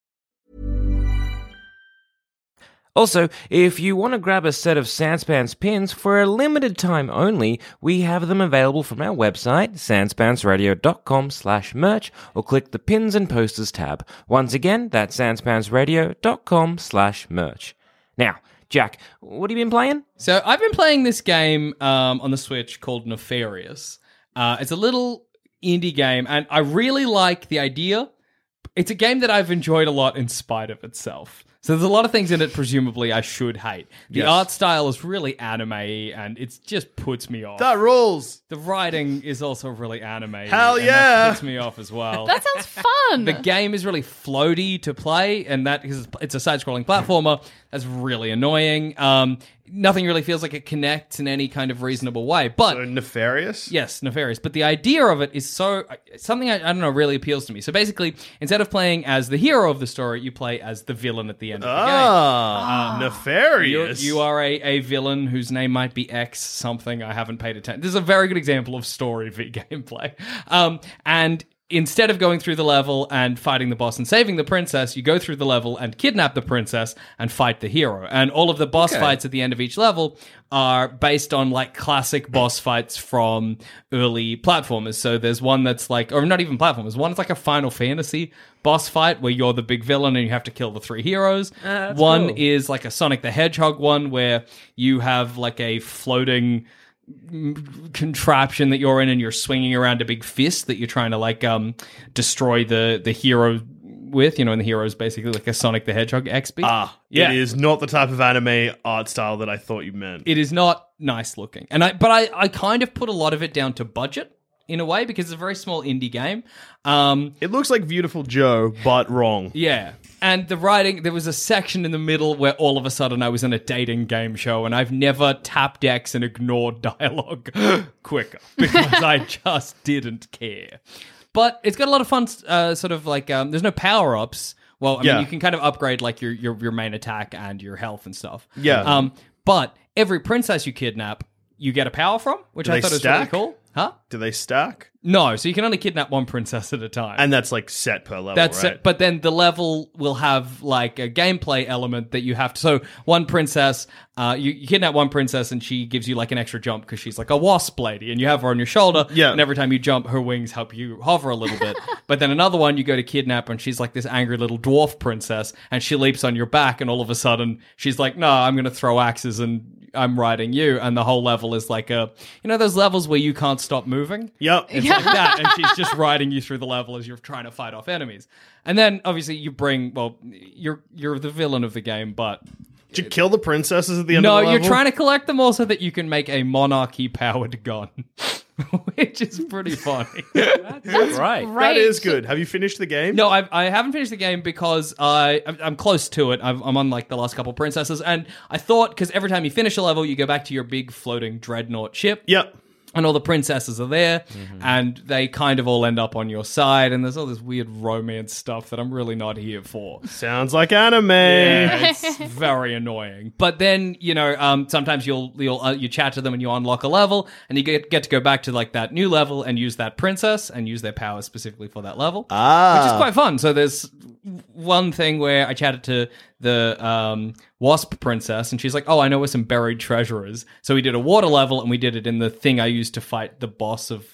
S2: Also, if you want to grab a set of Sanspants pins for a limited time only, we have them available from our website, sanspantsradio.com slash merch, or click the pins and posters tab. Once again, that's sanspantsradio.com slash merch. Now, Jack, what have you been playing?
S3: So I've been playing this game um, on the Switch called Nefarious. Uh, it's a little indie game, and I really like the idea. It's a game that I've enjoyed a lot in spite of itself. So there's a lot of things in it, presumably I should hate. The art style is really anime, and it just puts me off.
S4: That rules.
S3: the writing is also really anime.
S4: Hell
S3: and
S4: yeah.
S3: that puts me off as well.
S5: That sounds fun.
S3: The game is really floaty to play, and that because it's a side-scrolling platformer, that's really annoying. Um, nothing really feels like it connects in any kind of reasonable way. But
S4: So nefarious?
S3: Yes, nefarious. But the idea of it is so something I, I don't know really appeals to me. So basically, instead of playing as the hero of the story, you play as the villain at the end of the game.
S4: Ah,
S3: You're,
S4: nefarious.
S3: you are a, a villain whose name might be X something. I haven't paid attention. This is a very good example of story v gameplay. Um, and instead of going through the level and fighting the boss and saving the princess, you go through the level and kidnap the princess and fight the hero. And all of the boss fights at the end of each level are based on like classic boss fights from early platformers. So there's one that's like, or not even platformers. One is like a Final Fantasy boss fight where you're the big villain and you have to kill the three heroes. one is like a Sonic the Hedgehog one where you have like a floating mm, contraption that you're in and you're swinging around a big fist that you're trying to like um destroy the the hero with you know and the hero's basically like a sonic the hedgehog xp
S4: Ah,
S3: Yeah.
S4: It is not the type of anime art style that I thought you meant.
S3: it is not nice looking and i but i i kind of put a lot of it down to budget in a way because it's a very small indie game um
S4: It looks like Beautiful Joe, but wrong.
S3: Yeah. And the writing, there was a section in the middle where all of a sudden I was in a dating game show and I've never tapped X and ignored dialogue quicker because I just didn't care. But it's got a lot of fun, uh, sort of like, um, there's no power ups. Well, I
S4: Yeah.
S3: mean, you can kind of upgrade like your, your, your main attack and your health and stuff.
S4: Yeah.
S3: Um, but every princess you kidnap, you get a power from, which
S4: Do
S3: I
S4: they
S3: thought
S4: stack?
S3: was really cool. Huh?
S4: Do they stack?
S3: No, so you can only kidnap one princess at a time.
S4: And that's like set per level,
S3: That's
S4: right?
S3: it. But then the level will have like a gameplay element that you have to. So one princess, uh, you, you kidnap one princess and she gives you like an extra jump because she's like a wasp lady and you have her on your shoulder.
S4: Yeah.
S3: And every time you jump, her wings help you hover a little bit. but then another one, you go to kidnap and she's like this angry little dwarf princess and she leaps on your back and all of a sudden she's like, no, I'm going to throw axes and I'm riding you. And the whole level is like a, you know, those levels where you can't stop moving.
S4: yep.
S3: It's like that, and she's just riding you through the level as you're trying to fight off enemies. And then obviously you bring well, you're you're the villain of the game, but
S4: Did you kill the princesses at the end
S3: no,
S4: of the level?
S3: you're trying to collect them all so that you can make a monarchy powered gun, which is pretty funny.
S2: right.
S5: Right.
S4: That is good. Have you finished the game?
S3: No, I've, I haven't finished the game because I I'm, I'm close to it. I've, I'm on like the last couple princesses, and I thought because every time you finish a level, you go back to your big floating dreadnought ship.
S4: Yep.
S3: and all the princesses are there and they kind of all end up on your side and there's all this weird romance stuff that I'm really not here for.
S4: Sounds like anime.
S3: Yeah, it's very annoying. But then you know, um, sometimes you'll you'll uh, you chat to them and you unlock a level, and you get get to go back to like that new level and use that princess and use their powers specifically for that level, ah. which is quite fun. So there's one thing where I chatted to the um, Wasp Princess, and she's like, "Oh, I know where some buried treasure is." So we did a water level, and we did it in the thing I used to fight the boss of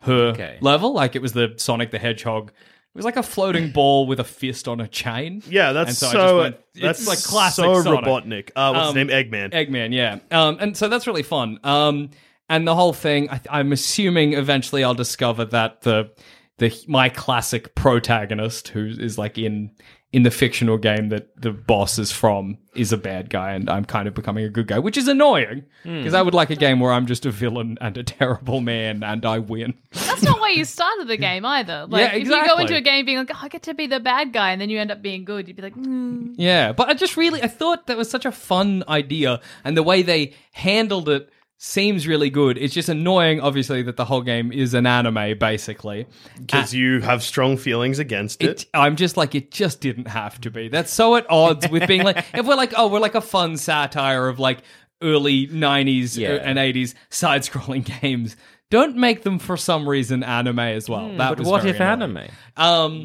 S3: her
S2: Okay.
S3: level. Like it was the Sonic the Hedgehog. It was like a floating ball with a fist on a chain.
S4: Yeah, that's
S3: And
S4: so,
S3: I just went, it's
S4: that's
S3: like classic
S4: so
S3: Sonic.
S4: Robotnik. Uh, what's his
S3: Um,
S4: name? Eggman.
S3: Eggman, yeah. Um, and so that's really fun. Um, and the whole thing, I th- I'm assuming eventually I'll discover that the the my classic protagonist, who is like in in the fictional game that the boss is from, is a bad guy, and I'm kind of becoming a good guy, which is annoying because I would like a game where I'm just a villain and a terrible man, and I win.
S5: That's not why you started the game either. Like, if you go
S3: exactly.
S5: into a game being like, oh, I get to be the bad guy, and then you end up being good, you'd be like, mm.
S3: Yeah, but I just really I thought that was such a fun idea, and the way they handled it seems really good. It's just annoying, obviously, that the whole game is an anime basically.
S4: Because you have strong feelings against it.
S3: It, I'm just like it just didn't have to be. That's so at odds with being like if we're like oh we're like a fun satire of like early '90s
S2: Yeah.
S3: and '80s side-scrolling games. Don't make them for some reason anime as well. that
S2: Hmm. but
S3: was
S2: what
S3: very
S2: if
S3: annoying.
S2: anime?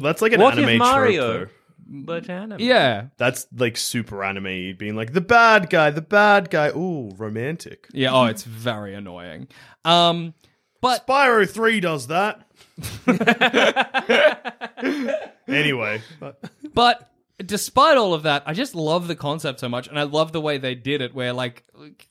S3: Um,
S4: That's like an
S2: what
S4: anime
S2: if Mario?
S4: trope. though.
S2: But anime.
S3: yeah,
S4: That's like super anime being like the bad guy, the bad guy. Ooh, romantic.
S3: yeah. Oh, it's very annoying. Um, but
S4: Spyro 3 does that. anyway, but
S3: But despite all of that, I just love the concept so much, and I love the way they did it, where like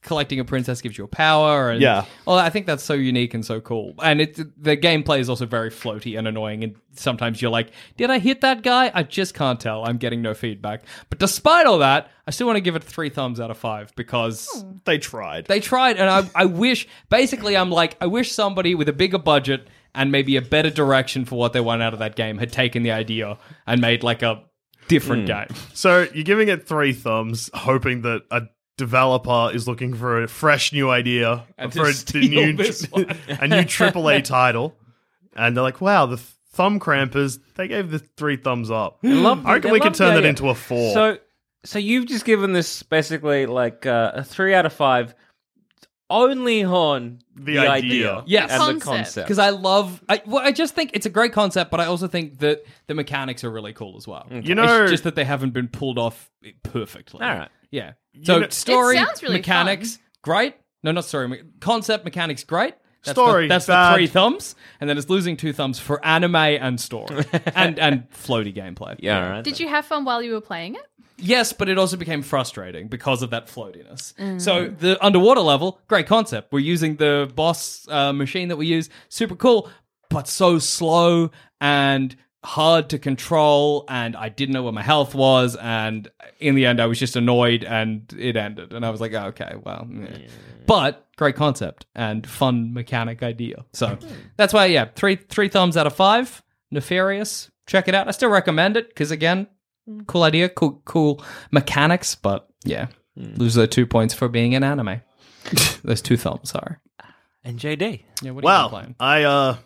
S3: collecting a princess gives you a power, and
S4: Yeah.
S3: well, I think that's so unique and so cool. And it the gameplay is also very floaty and annoying, and sometimes you're like, did I hit that guy? I just can't tell. I'm getting no feedback. But despite all that, I still want to give it three thumbs out of five because
S4: they tried.
S3: they tried, and I, I wish. Basically, I'm like, I wish somebody with a bigger budget and maybe a better direction for what they want out of that game had taken the idea and made like a different game.
S4: so you're giving it three thumbs, hoping that a developer is looking for a fresh new idea
S3: And to
S4: for a,
S3: steal
S4: new,
S3: this one.
S4: a new AAA title. And they're like, wow, the thumb crampers, they gave the three thumbs up. I reckon we
S2: can
S4: could turn that into a four.
S2: So, so you've just given this basically like uh, a three out of five, only on
S4: The
S2: the,
S4: idea.
S2: idea,
S3: Yes.
S2: and
S5: Concept.
S2: the concept.
S3: Because I love, I, well, I just think it's a great concept, but I also think that the mechanics are really cool as well.
S4: You know-
S3: it's just that they haven't been pulled off perfectly.
S2: All right.
S3: yeah. So
S4: know-
S3: story,
S5: It sounds really
S3: mechanics, great. No, not story, me- concept, mechanics, great. That's
S4: Story,
S3: the, that's
S4: bad.
S3: the three thumbs, and then it's losing two thumbs for anime and story and and floaty gameplay.
S2: yeah, all right.
S5: Did you have fun while you were playing it?
S3: Yes, but it also became frustrating because of that floatiness. So the underwater level, great concept. We're using the boss uh, machine that we use, super cool, but so slow and hard to control. And I didn't know where my health was, and in the end, I was just annoyed, and it ended. And I was like, oh, okay, well, yeah. but great concept and fun mechanic idea. So that's why, yeah, three three thumbs out of five. Nefarious, check it out. I still recommend it because again, cool idea, cool cool mechanics, but yeah, lose those two points for being an anime. those two thumbs, sorry.
S2: and JD.
S3: Yeah, what are you
S4: Well,
S3: playing?
S4: I uh,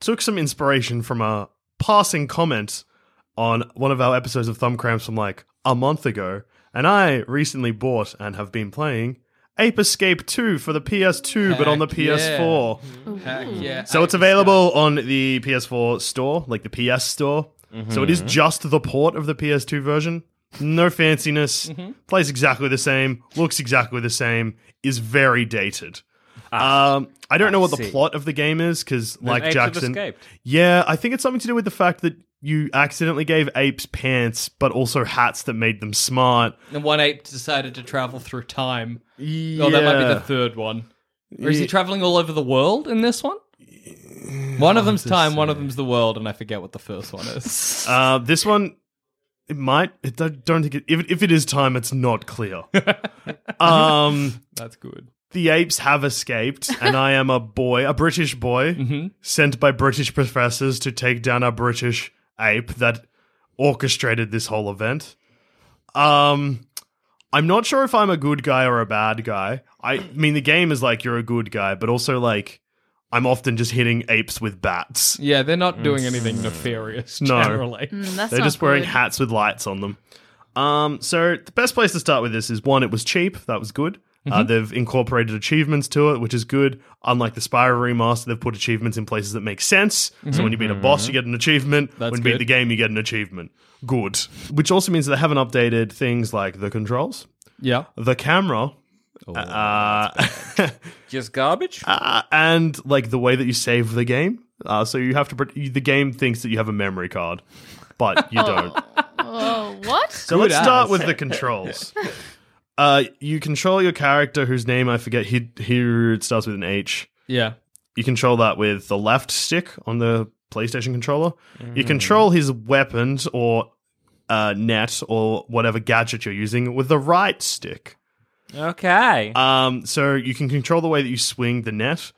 S4: took some inspiration from a passing comment on one of our episodes of Thumb Cramps from like a month ago, and I recently bought and have been playing Ape Escape 2 for the PS2, but on the
S3: Heck
S4: PS4.
S3: Heck yeah.
S4: So it's available on the PS4 store, like the PS store. So
S3: Mm-hmm.
S4: it is just the port of the PS2 version. No fanciness.
S3: Mm-hmm.
S4: Plays exactly the same. Looks exactly the same. Is very dated. Um, I don't know what the
S2: see.
S4: plot of the game is because, like
S2: apes have
S4: Jackson,
S2: escaped.
S4: yeah, I think it's something to do with the fact that you accidentally gave apes pants, but also hats that made them smart.
S3: and one ape decided to travel through time. Oh, that might be the third one. Or is he traveling all over the world in this one? One of them's time, one of them's the world, and I forget what the first one is.
S4: Uh, this one, it might. It, I don't think it, if, it- if it is time, it's not clear. um,
S3: That's good.
S4: the apes have escaped, and I am a boy, a British boy, sent by British professors to take down a British ape that orchestrated this whole event. Um, I'm not sure if I'm a good guy or a bad guy. I mean, the game is like you're a good guy, but also like I'm often just hitting apes with bats.
S3: Yeah, they're not doing anything nefarious
S4: No.
S3: generally.
S5: Mm, that's
S4: They're
S5: not
S4: just wearing
S5: good.
S4: hats with lights on them. Um, so the best place to start with this is one, it was cheap. That was good.
S3: Mm-hmm.
S4: Uh, they've incorporated achievements to it, which is good. Unlike the Spyro remaster, they've put achievements in places that make sense. So when you beat a boss, you get an achievement.
S3: Mm-hmm. That's
S4: when you beat
S3: good.
S4: the game, you get an achievement. Good. Which also means they haven't updated things like the controls.
S3: Yeah.
S4: the camera,
S3: Oh,
S4: uh,
S2: Just garbage.
S4: uh, and like the way that you save the game. Uh, so you have to. pre- The game thinks that you have a memory card, but you don't.
S5: Oh, what?
S4: So let's
S3: ass.
S4: start with the controls. uh, you control your character, whose name I forget. He here it starts with an H.
S3: Yeah.
S4: You control that with the left stick on the PlayStation controller. You control his weapons or uh, net or whatever gadget you're using with the right stick.
S2: okay.
S4: Um, so you can control the way that you swing the net,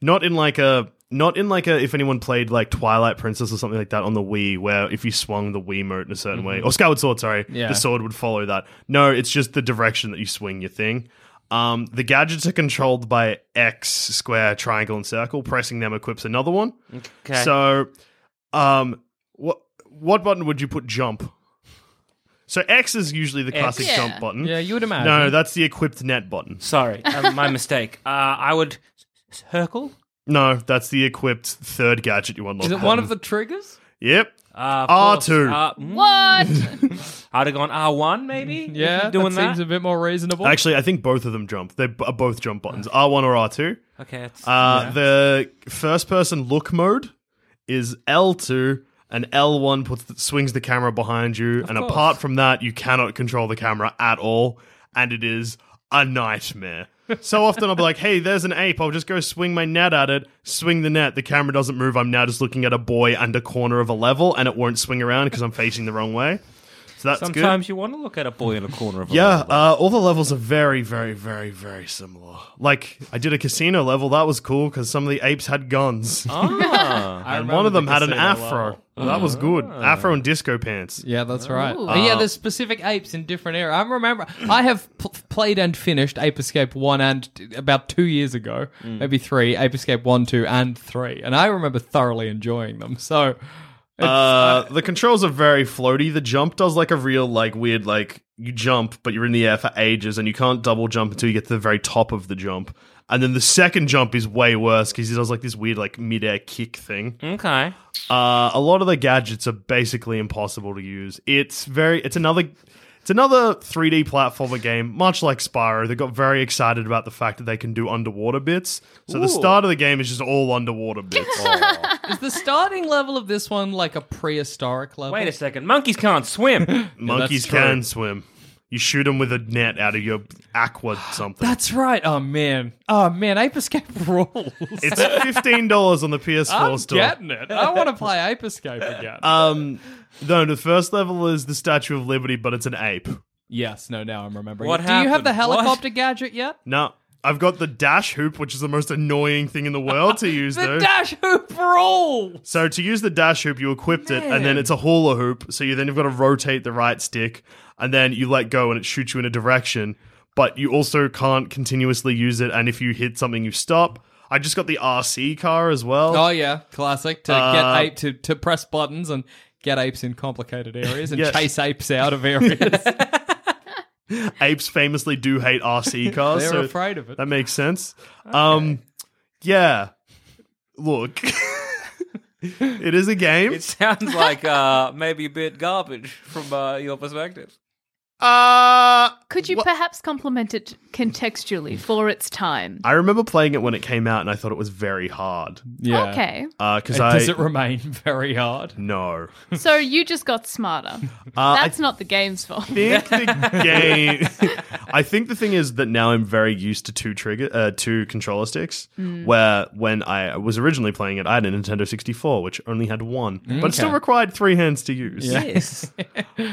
S4: not in like a not in like a if anyone played like Twilight Princess or something like that on the Wii, where if you swung the Wii mote in a certain way or Skyward Sword, sorry,
S3: Mm-hmm. Yeah.
S4: the sword would follow that. No, it's just the direction that you swing your thing. Um, the gadgets are controlled by X, square, triangle, and circle. Pressing them equips another one.
S2: okay.
S4: So, um, what what button would you put jump? So X is usually the classic
S5: Yeah.
S4: jump button.
S3: Yeah, you would imagine.
S4: No, that's the equipped net button.
S2: Sorry, uh, my mistake. Uh, I would circle.
S4: No, that's the equipped third gadget you unlock.
S3: Is it one of the triggers?
S4: Yep.
S2: Uh, of
S4: R2.
S2: course, Uh, mm,
S5: What?
S2: I'd have gone
S4: Mm-hmm.
S2: R1 maybe. if
S3: Yeah.
S2: you're doing
S3: that,
S2: that.
S3: seems a bit more reasonable.
S4: Actually, I think both of them jump. They are both jump buttons, R1 or R2.
S2: okay. It's,
S4: Uh, The first person look mode is L2, and L1 puts the, swings the camera behind you. and
S2: course.
S4: apart from that, you cannot control the camera at all, and it is a nightmare. so often I'll be like, hey, there's an ape. I'll just go swing my net at it, swing the net. The camera doesn't move. I'm now just looking at a boy under corner of a level, and it won't swing around because I'm facing the wrong way. So that's good.
S2: Sometimes you want to look at a boy in a corner of a
S4: Yeah,
S2: room.
S4: uh, all the levels are very, very, very, very similar. Like I did a casino level that was cool because some of the apes had guns,
S2: Ah.
S4: and one of them had an
S3: casino
S4: afro. That was good, afro and disco pants.
S3: Yeah, that's right. Uh, yeah, there's specific apes in different areas. I remember I have pl- played and finished Ape Escape one and t- about two years ago,
S2: Mm.
S3: maybe three. Ape Escape one, two, and three, and I remember thoroughly enjoying them. So
S4: Uh, the controls are very floaty. The jump does like a real like weird like you jump, but you're in the air for ages, and you can't double jump until you get to the very top of the jump. And then the second jump is way worse because he does like this weird like midair kick thing.
S2: okay.
S4: Uh, a lot of the gadgets are basically impossible to use. It's very it's another it's another 3D platformer game, much like Spyro. They got very excited about the fact that they can do underwater bits. So the start of the game is just all underwater bits.
S3: is the starting level of this one like a prehistoric level?
S2: Wait a second. Monkeys can't swim.
S4: Monkeys
S3: true.
S4: can swim. You shoot them with a net out of your aqua something.
S3: That's right. Oh man. Oh man. Ape Escape rules.
S4: it's fifteen dollars on the PS4
S3: I'm
S4: store.
S3: getting it. I want to play Ape Escape again. Uh,
S2: Uh,
S4: Um, no, the first level is the Statue of Liberty, but it's an ape.
S3: yes. No. Now I'm remembering.
S2: What
S3: it. Do you have
S2: happened?
S3: the
S2: What?
S3: helicopter gadget yet?
S4: No, I've got the dash hoop, which is the most annoying thing in the world to use.
S3: The
S4: though.
S3: dash hoop rule.
S4: So to use the dash hoop, you equipped it, and then it's a hula hoop. So you then you've got to rotate the right stick, and then you let go, and it shoots you in a direction. But you also can't continuously use it, and if you hit something, you stop. I just got the RC car as well.
S3: Oh yeah, classic to
S4: Uh,
S3: get ape to, to press buttons and get apes in complicated areas and
S4: Yeah.
S3: chase apes out of areas.
S4: Apes famously do hate RC cars.
S3: They're
S4: so
S3: afraid of it.
S4: That makes sense. Um, yeah. Look, it is a game.
S2: it sounds like uh, maybe a bit garbage from uh, your perspective.
S4: Uh,
S5: Could you perhaps compliment it contextually for its time?
S4: I remember playing it when it came out, and I thought it was very hard.
S3: yeah.
S5: Okay.
S4: Because I
S3: Does it remain very hard?
S4: no.
S5: So you just got smarter.
S4: Uh, I
S5: That's not the game's fault.
S4: think the game. I think the thing is that now I'm very used to two trigger, uh, two controller sticks. Where when I was originally playing it, I had a Nintendo 64, which only had one, but it still required three hands to use.
S2: Yes.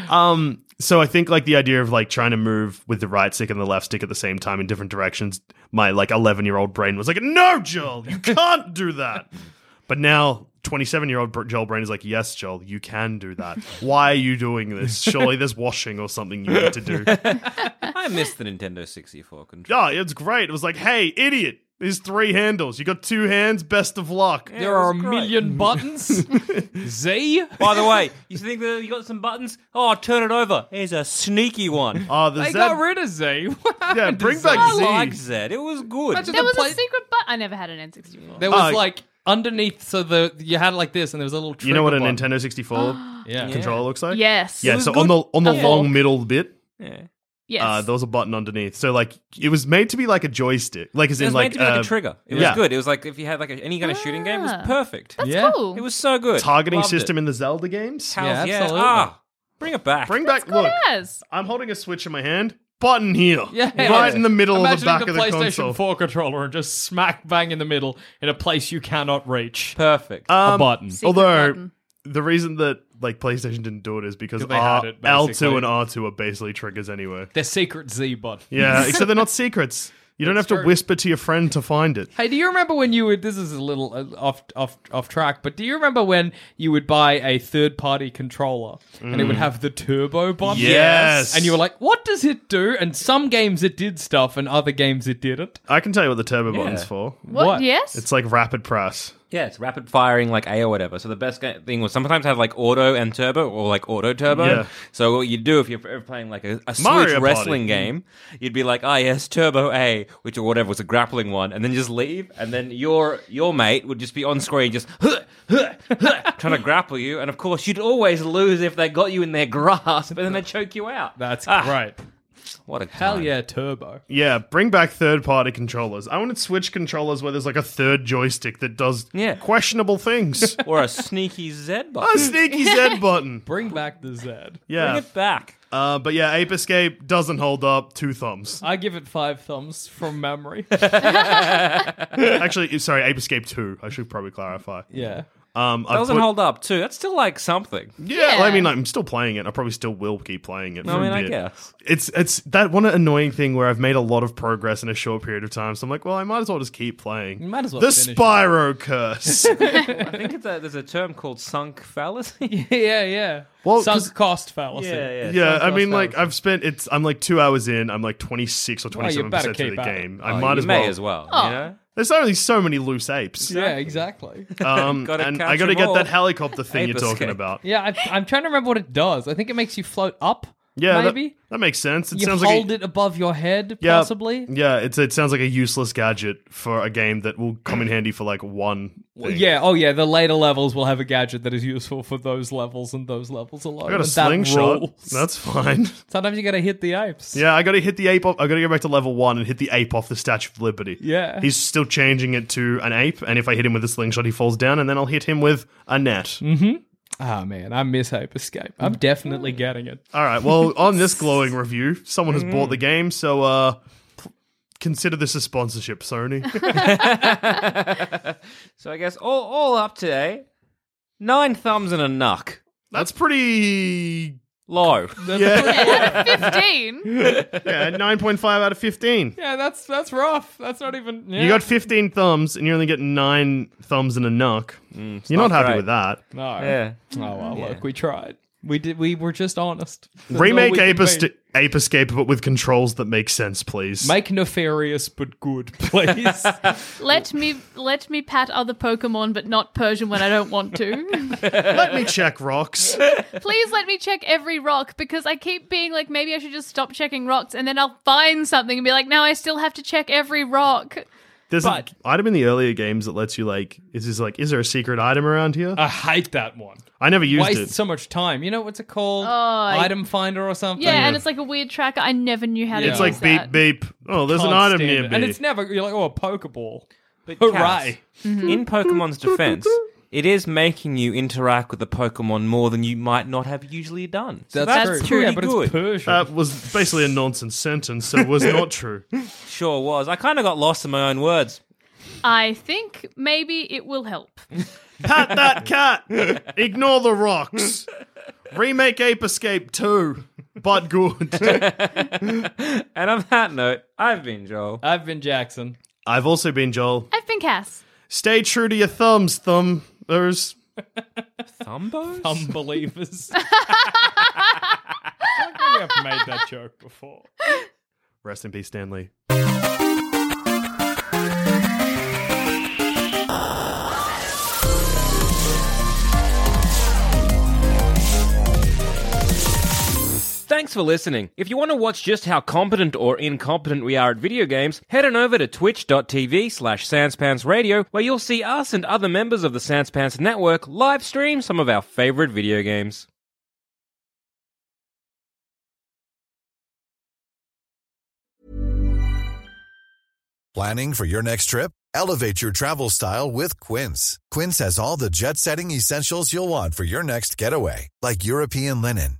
S4: Um, so I think like the idea of like trying to move with the right stick and the left stick at the same time in different directions, my like 11 year old brain was like, "No, Joel, you can't do that." But now. 27 year old Joel Brain is like, Yes, Joel, you can do that. Why are you doing this? Surely there's washing or something you need to do.
S2: I missed the Nintendo 64 control.
S4: Yeah, it's great. It was like, hey, idiot, there's three handles. You got two hands, best of luck.
S3: There are a
S2: great.
S3: million buttons. Z.
S2: By the way, you think that you got some buttons? Oh, turn it over. Here's a sneaky one.
S4: Oh, the
S3: They
S4: Z-
S3: got rid of Z. What
S4: Yeah,
S3: happened to
S4: bring
S3: Z?
S4: back
S2: I
S4: Z.
S2: like Zed. It was good.
S3: Imagine
S5: There
S3: the
S5: was
S3: play-
S5: a secret but I never had an N64.
S3: There was
S4: Oh.
S3: like underneath, so the you had like this, and there was a little.
S4: You know what a
S3: trigger
S4: Nintendo 64
S3: button. Yeah.
S4: controller looks like?
S5: yes.
S4: Yeah,
S2: was
S4: so on the on the
S5: Okay.
S4: long middle bit,
S2: Yeah.
S5: Yes.
S4: Uh, there was a button underneath, so like it was made to be like a joystick, like as
S2: It
S4: in
S2: was
S4: like,
S2: meant to be like
S4: uh,
S2: a trigger. It was
S4: yeah.
S2: good. It was like if you had like a, any kind of shooting game, it was
S5: Ah.
S2: perfect.
S5: That's
S3: Yeah.
S5: cool.
S2: It was so good.
S4: targeting
S2: Loved
S4: system
S2: It.
S4: in the Zelda games.
S2: Hells
S3: Yeah,
S2: yeah,
S3: absolutely.
S2: Ah, bring it back.
S4: Bring
S5: That's
S4: back look.
S5: Yes.
S4: I'm holding a switch in my hand. Button here,
S3: Yeah,
S4: right in the middle of the
S3: Imagine
S4: back
S3: the
S4: of the
S3: PlayStation
S4: console.
S3: 4 controller and just smack bang in the middle in a place you cannot reach.
S2: Perfect.
S4: Um,
S3: a button.
S5: Secret
S4: Although
S5: button.
S4: the reason that like PlayStation didn't do it is because
S3: 'Cause they had
S4: R-
S3: it,
S4: L2
S3: basically.
S4: and R2 are basically triggers anyway.
S3: Their secret Z button.
S4: Yeah, except they're not secrets. You don't have to
S3: true.
S4: whisper to your friend to find it.
S3: Hey, do you remember when you would? This is a little uh, off off off track, but do you remember when you would buy a third party controller and it would have the turbo button?
S4: Mm. Yes.
S3: And you were like, "What does it do?" And some games it did stuff, and other games it didn't.
S4: I can tell you what the turbo button's for.
S5: What?
S3: What?
S5: Yes.
S4: It's like rapid press.
S2: yeah, it's rapid firing like A or whatever. So the best ga- thing was sometimes have like auto and turbo or like auto turbo.
S4: Yeah.
S2: So what you do if you're ever playing like a, a
S4: Mario
S2: Switch
S4: Party. Mm.
S2: wrestling game, you'd be like, ah, yes, turbo A, which or whatever was a grappling one, and then just leave, and then your your mate would just be on screen just huh, huh, huh, trying to grapple you, and of course you'd always lose if they got you in their grasp, and then they choke you out.
S3: That's
S2: Ah,
S3: right.
S2: What a
S3: Hell
S2: time.
S3: yeah, turbo.
S4: Yeah, bring back third party controllers. I wanted Switch controllers where there's like a third joystick that does
S2: Yeah.
S4: questionable things.
S2: Or a sneaky Z
S4: a
S2: button.
S4: sneaky Z button.
S3: Bring back the Z.
S2: Bring
S4: Yeah.
S2: it back.
S4: Uh, but yeah, Ape Escape doesn't hold up. Two thumbs.
S3: I give it five thumbs from memory.
S4: Actually, sorry, Ape Escape 2. I should probably clarify.
S3: yeah.
S4: Um, I've
S2: Doesn't
S4: put-
S2: hold up too. That's still like something.
S4: Yeah,
S5: Yeah.
S4: I mean, I'm still playing it. I probably still will keep playing it.
S2: I
S4: for a
S2: mean, I
S4: bit.
S2: guess.
S4: it's it's that one annoying thing where I've made a lot of progress in a short period of time. So I'm like, well, I might as well just keep playing.
S3: You might as well
S4: the
S3: finish it.
S4: Spyro Curse.
S2: I think it's a, there's a term called sunk fallacy.
S3: yeah, yeah.
S4: Well, 'cause-
S3: sunk cost fallacy.
S4: yeah, I
S3: Sunk
S4: mean,
S3: cost
S4: like
S3: fallacy.
S4: I've spent it's. I'm like two hours in. I'm like 26 or 27
S3: better
S4: percent through
S3: keep
S4: the
S3: at it.
S4: game. I
S2: Oh,
S4: might
S2: you
S4: as well.
S2: may as well.
S5: Oh.
S2: You know?
S4: There's only so many loose apes.
S3: yeah, exactly.
S4: Um,
S2: Gotta
S4: and
S2: catch
S4: I got to
S2: 'em
S4: get
S2: all.
S4: that helicopter thing
S2: Ape
S4: you're talking
S2: escape.
S4: about.
S3: Yeah, I, I'm trying to remember what it does. I think it makes you float up.
S4: Yeah, that-
S3: maybe
S4: that, makes sense. It
S3: you
S4: sounds
S3: hold
S4: like a-
S3: it above your head,
S4: Yeah.
S3: possibly.
S4: Yeah, it's it sounds like a useless gadget for a game that will come in handy for like one. Thing.
S3: Yeah. Oh, yeah. The later levels will have a gadget that is useful for those levels and those levels alone.
S4: I got a
S3: and that
S4: slingshot.
S3: rules.
S4: That's fine.
S3: Sometimes you gotta hit the apes.
S4: Yeah, I got to hit the ape. Off, I got to go back to level one and hit the ape off the Statue of Liberty.
S3: Yeah.
S4: he's still changing it to an ape, and if I hit him with a slingshot, he falls down, and then I'll hit him with a net.
S3: Oh man, I miss Ape Escape.
S4: Mm.
S3: I'm definitely getting it.
S4: All right. Well, on this glowing review, someone has
S3: Mm.
S4: bought the game, so uh, p- consider this a sponsorship, Sony.
S2: So I guess all, all up today, nine thumbs and a knuck.
S4: That's pretty.
S2: Low.
S4: Yeah,
S5: Fifteen.
S4: yeah, nine point five out of fifteen.
S3: Yeah, that's that's rough. That's not even. Yeah.
S4: You got fifteen thumbs, and you only get nine thumbs and a knock.
S3: Hmm,
S4: You're
S2: not
S4: not, happy
S2: great.
S4: with that.
S3: no.
S2: Yeah.
S3: Oh well, look, we tried. We did. We were just honest. That's all
S4: Remake
S3: we can
S4: Ape,
S3: be.
S4: Est- Ape Escape, but with controls that make sense, please.
S3: Make nefarious but good, please.
S5: let me let me pat other Pokemon, but not Persian when I don't want to.
S4: Let me check rocks.
S5: Please let me check every rock because I keep being like, maybe I should just stop checking rocks, and then I'll find something and be like, now I still have to check every rock.
S4: There's
S3: But-
S4: an item in the earlier games that lets you like is this like is there a secret item around here?
S3: I hate that one.
S4: I never used
S3: Uh, Waste
S4: it.
S3: so much time. You know what's it called? Item finder or something.
S5: Oh, Yeah, and it's like a weird tracker. I never knew how to.
S3: Yeah.
S4: it's
S5: use
S4: like beep
S5: that.
S4: beep. Oh, there's an
S3: Can't
S4: item
S3: stand
S4: near
S3: it.
S4: me.
S3: And it's never you're like, oh, a Pokeball.
S2: But
S3: Hooray.
S2: Cass, In Pokemon's defense, it is making you interact with the Pokemon more than you might not have usually done. So that's,
S5: true.
S2: pretty
S3: Yeah, but
S2: good.
S3: it's Persian.
S4: that was basically a nonsense sentence, so it was not true.
S2: sure was. I kind of got lost in my own words.
S5: I think maybe it will help.
S4: Pat that cat. Ignore the rocks. Remake Ape Escape 2, but good.
S2: And on that note, I've been Joel.
S3: I've been Jackson.
S4: I've also been Joel.
S5: I've been Cass.
S4: Stay true to your thumbs, thumbers.
S2: Thumbos?
S3: Unbelievers. I think I've made that joke before.
S4: Rest in peace, Stanley.
S2: Thanks for listening. If you want to watch just how competent or incompetent we are at video games, head on over to twitch.tv slash sanspantsradio where you'll see us and other members of the Sanspants Network live stream some of our favorite video games. Planning for your next trip? Elevate your travel style with Quince. Quince has all the jet setting essentials you'll want for your next getaway, like European linen,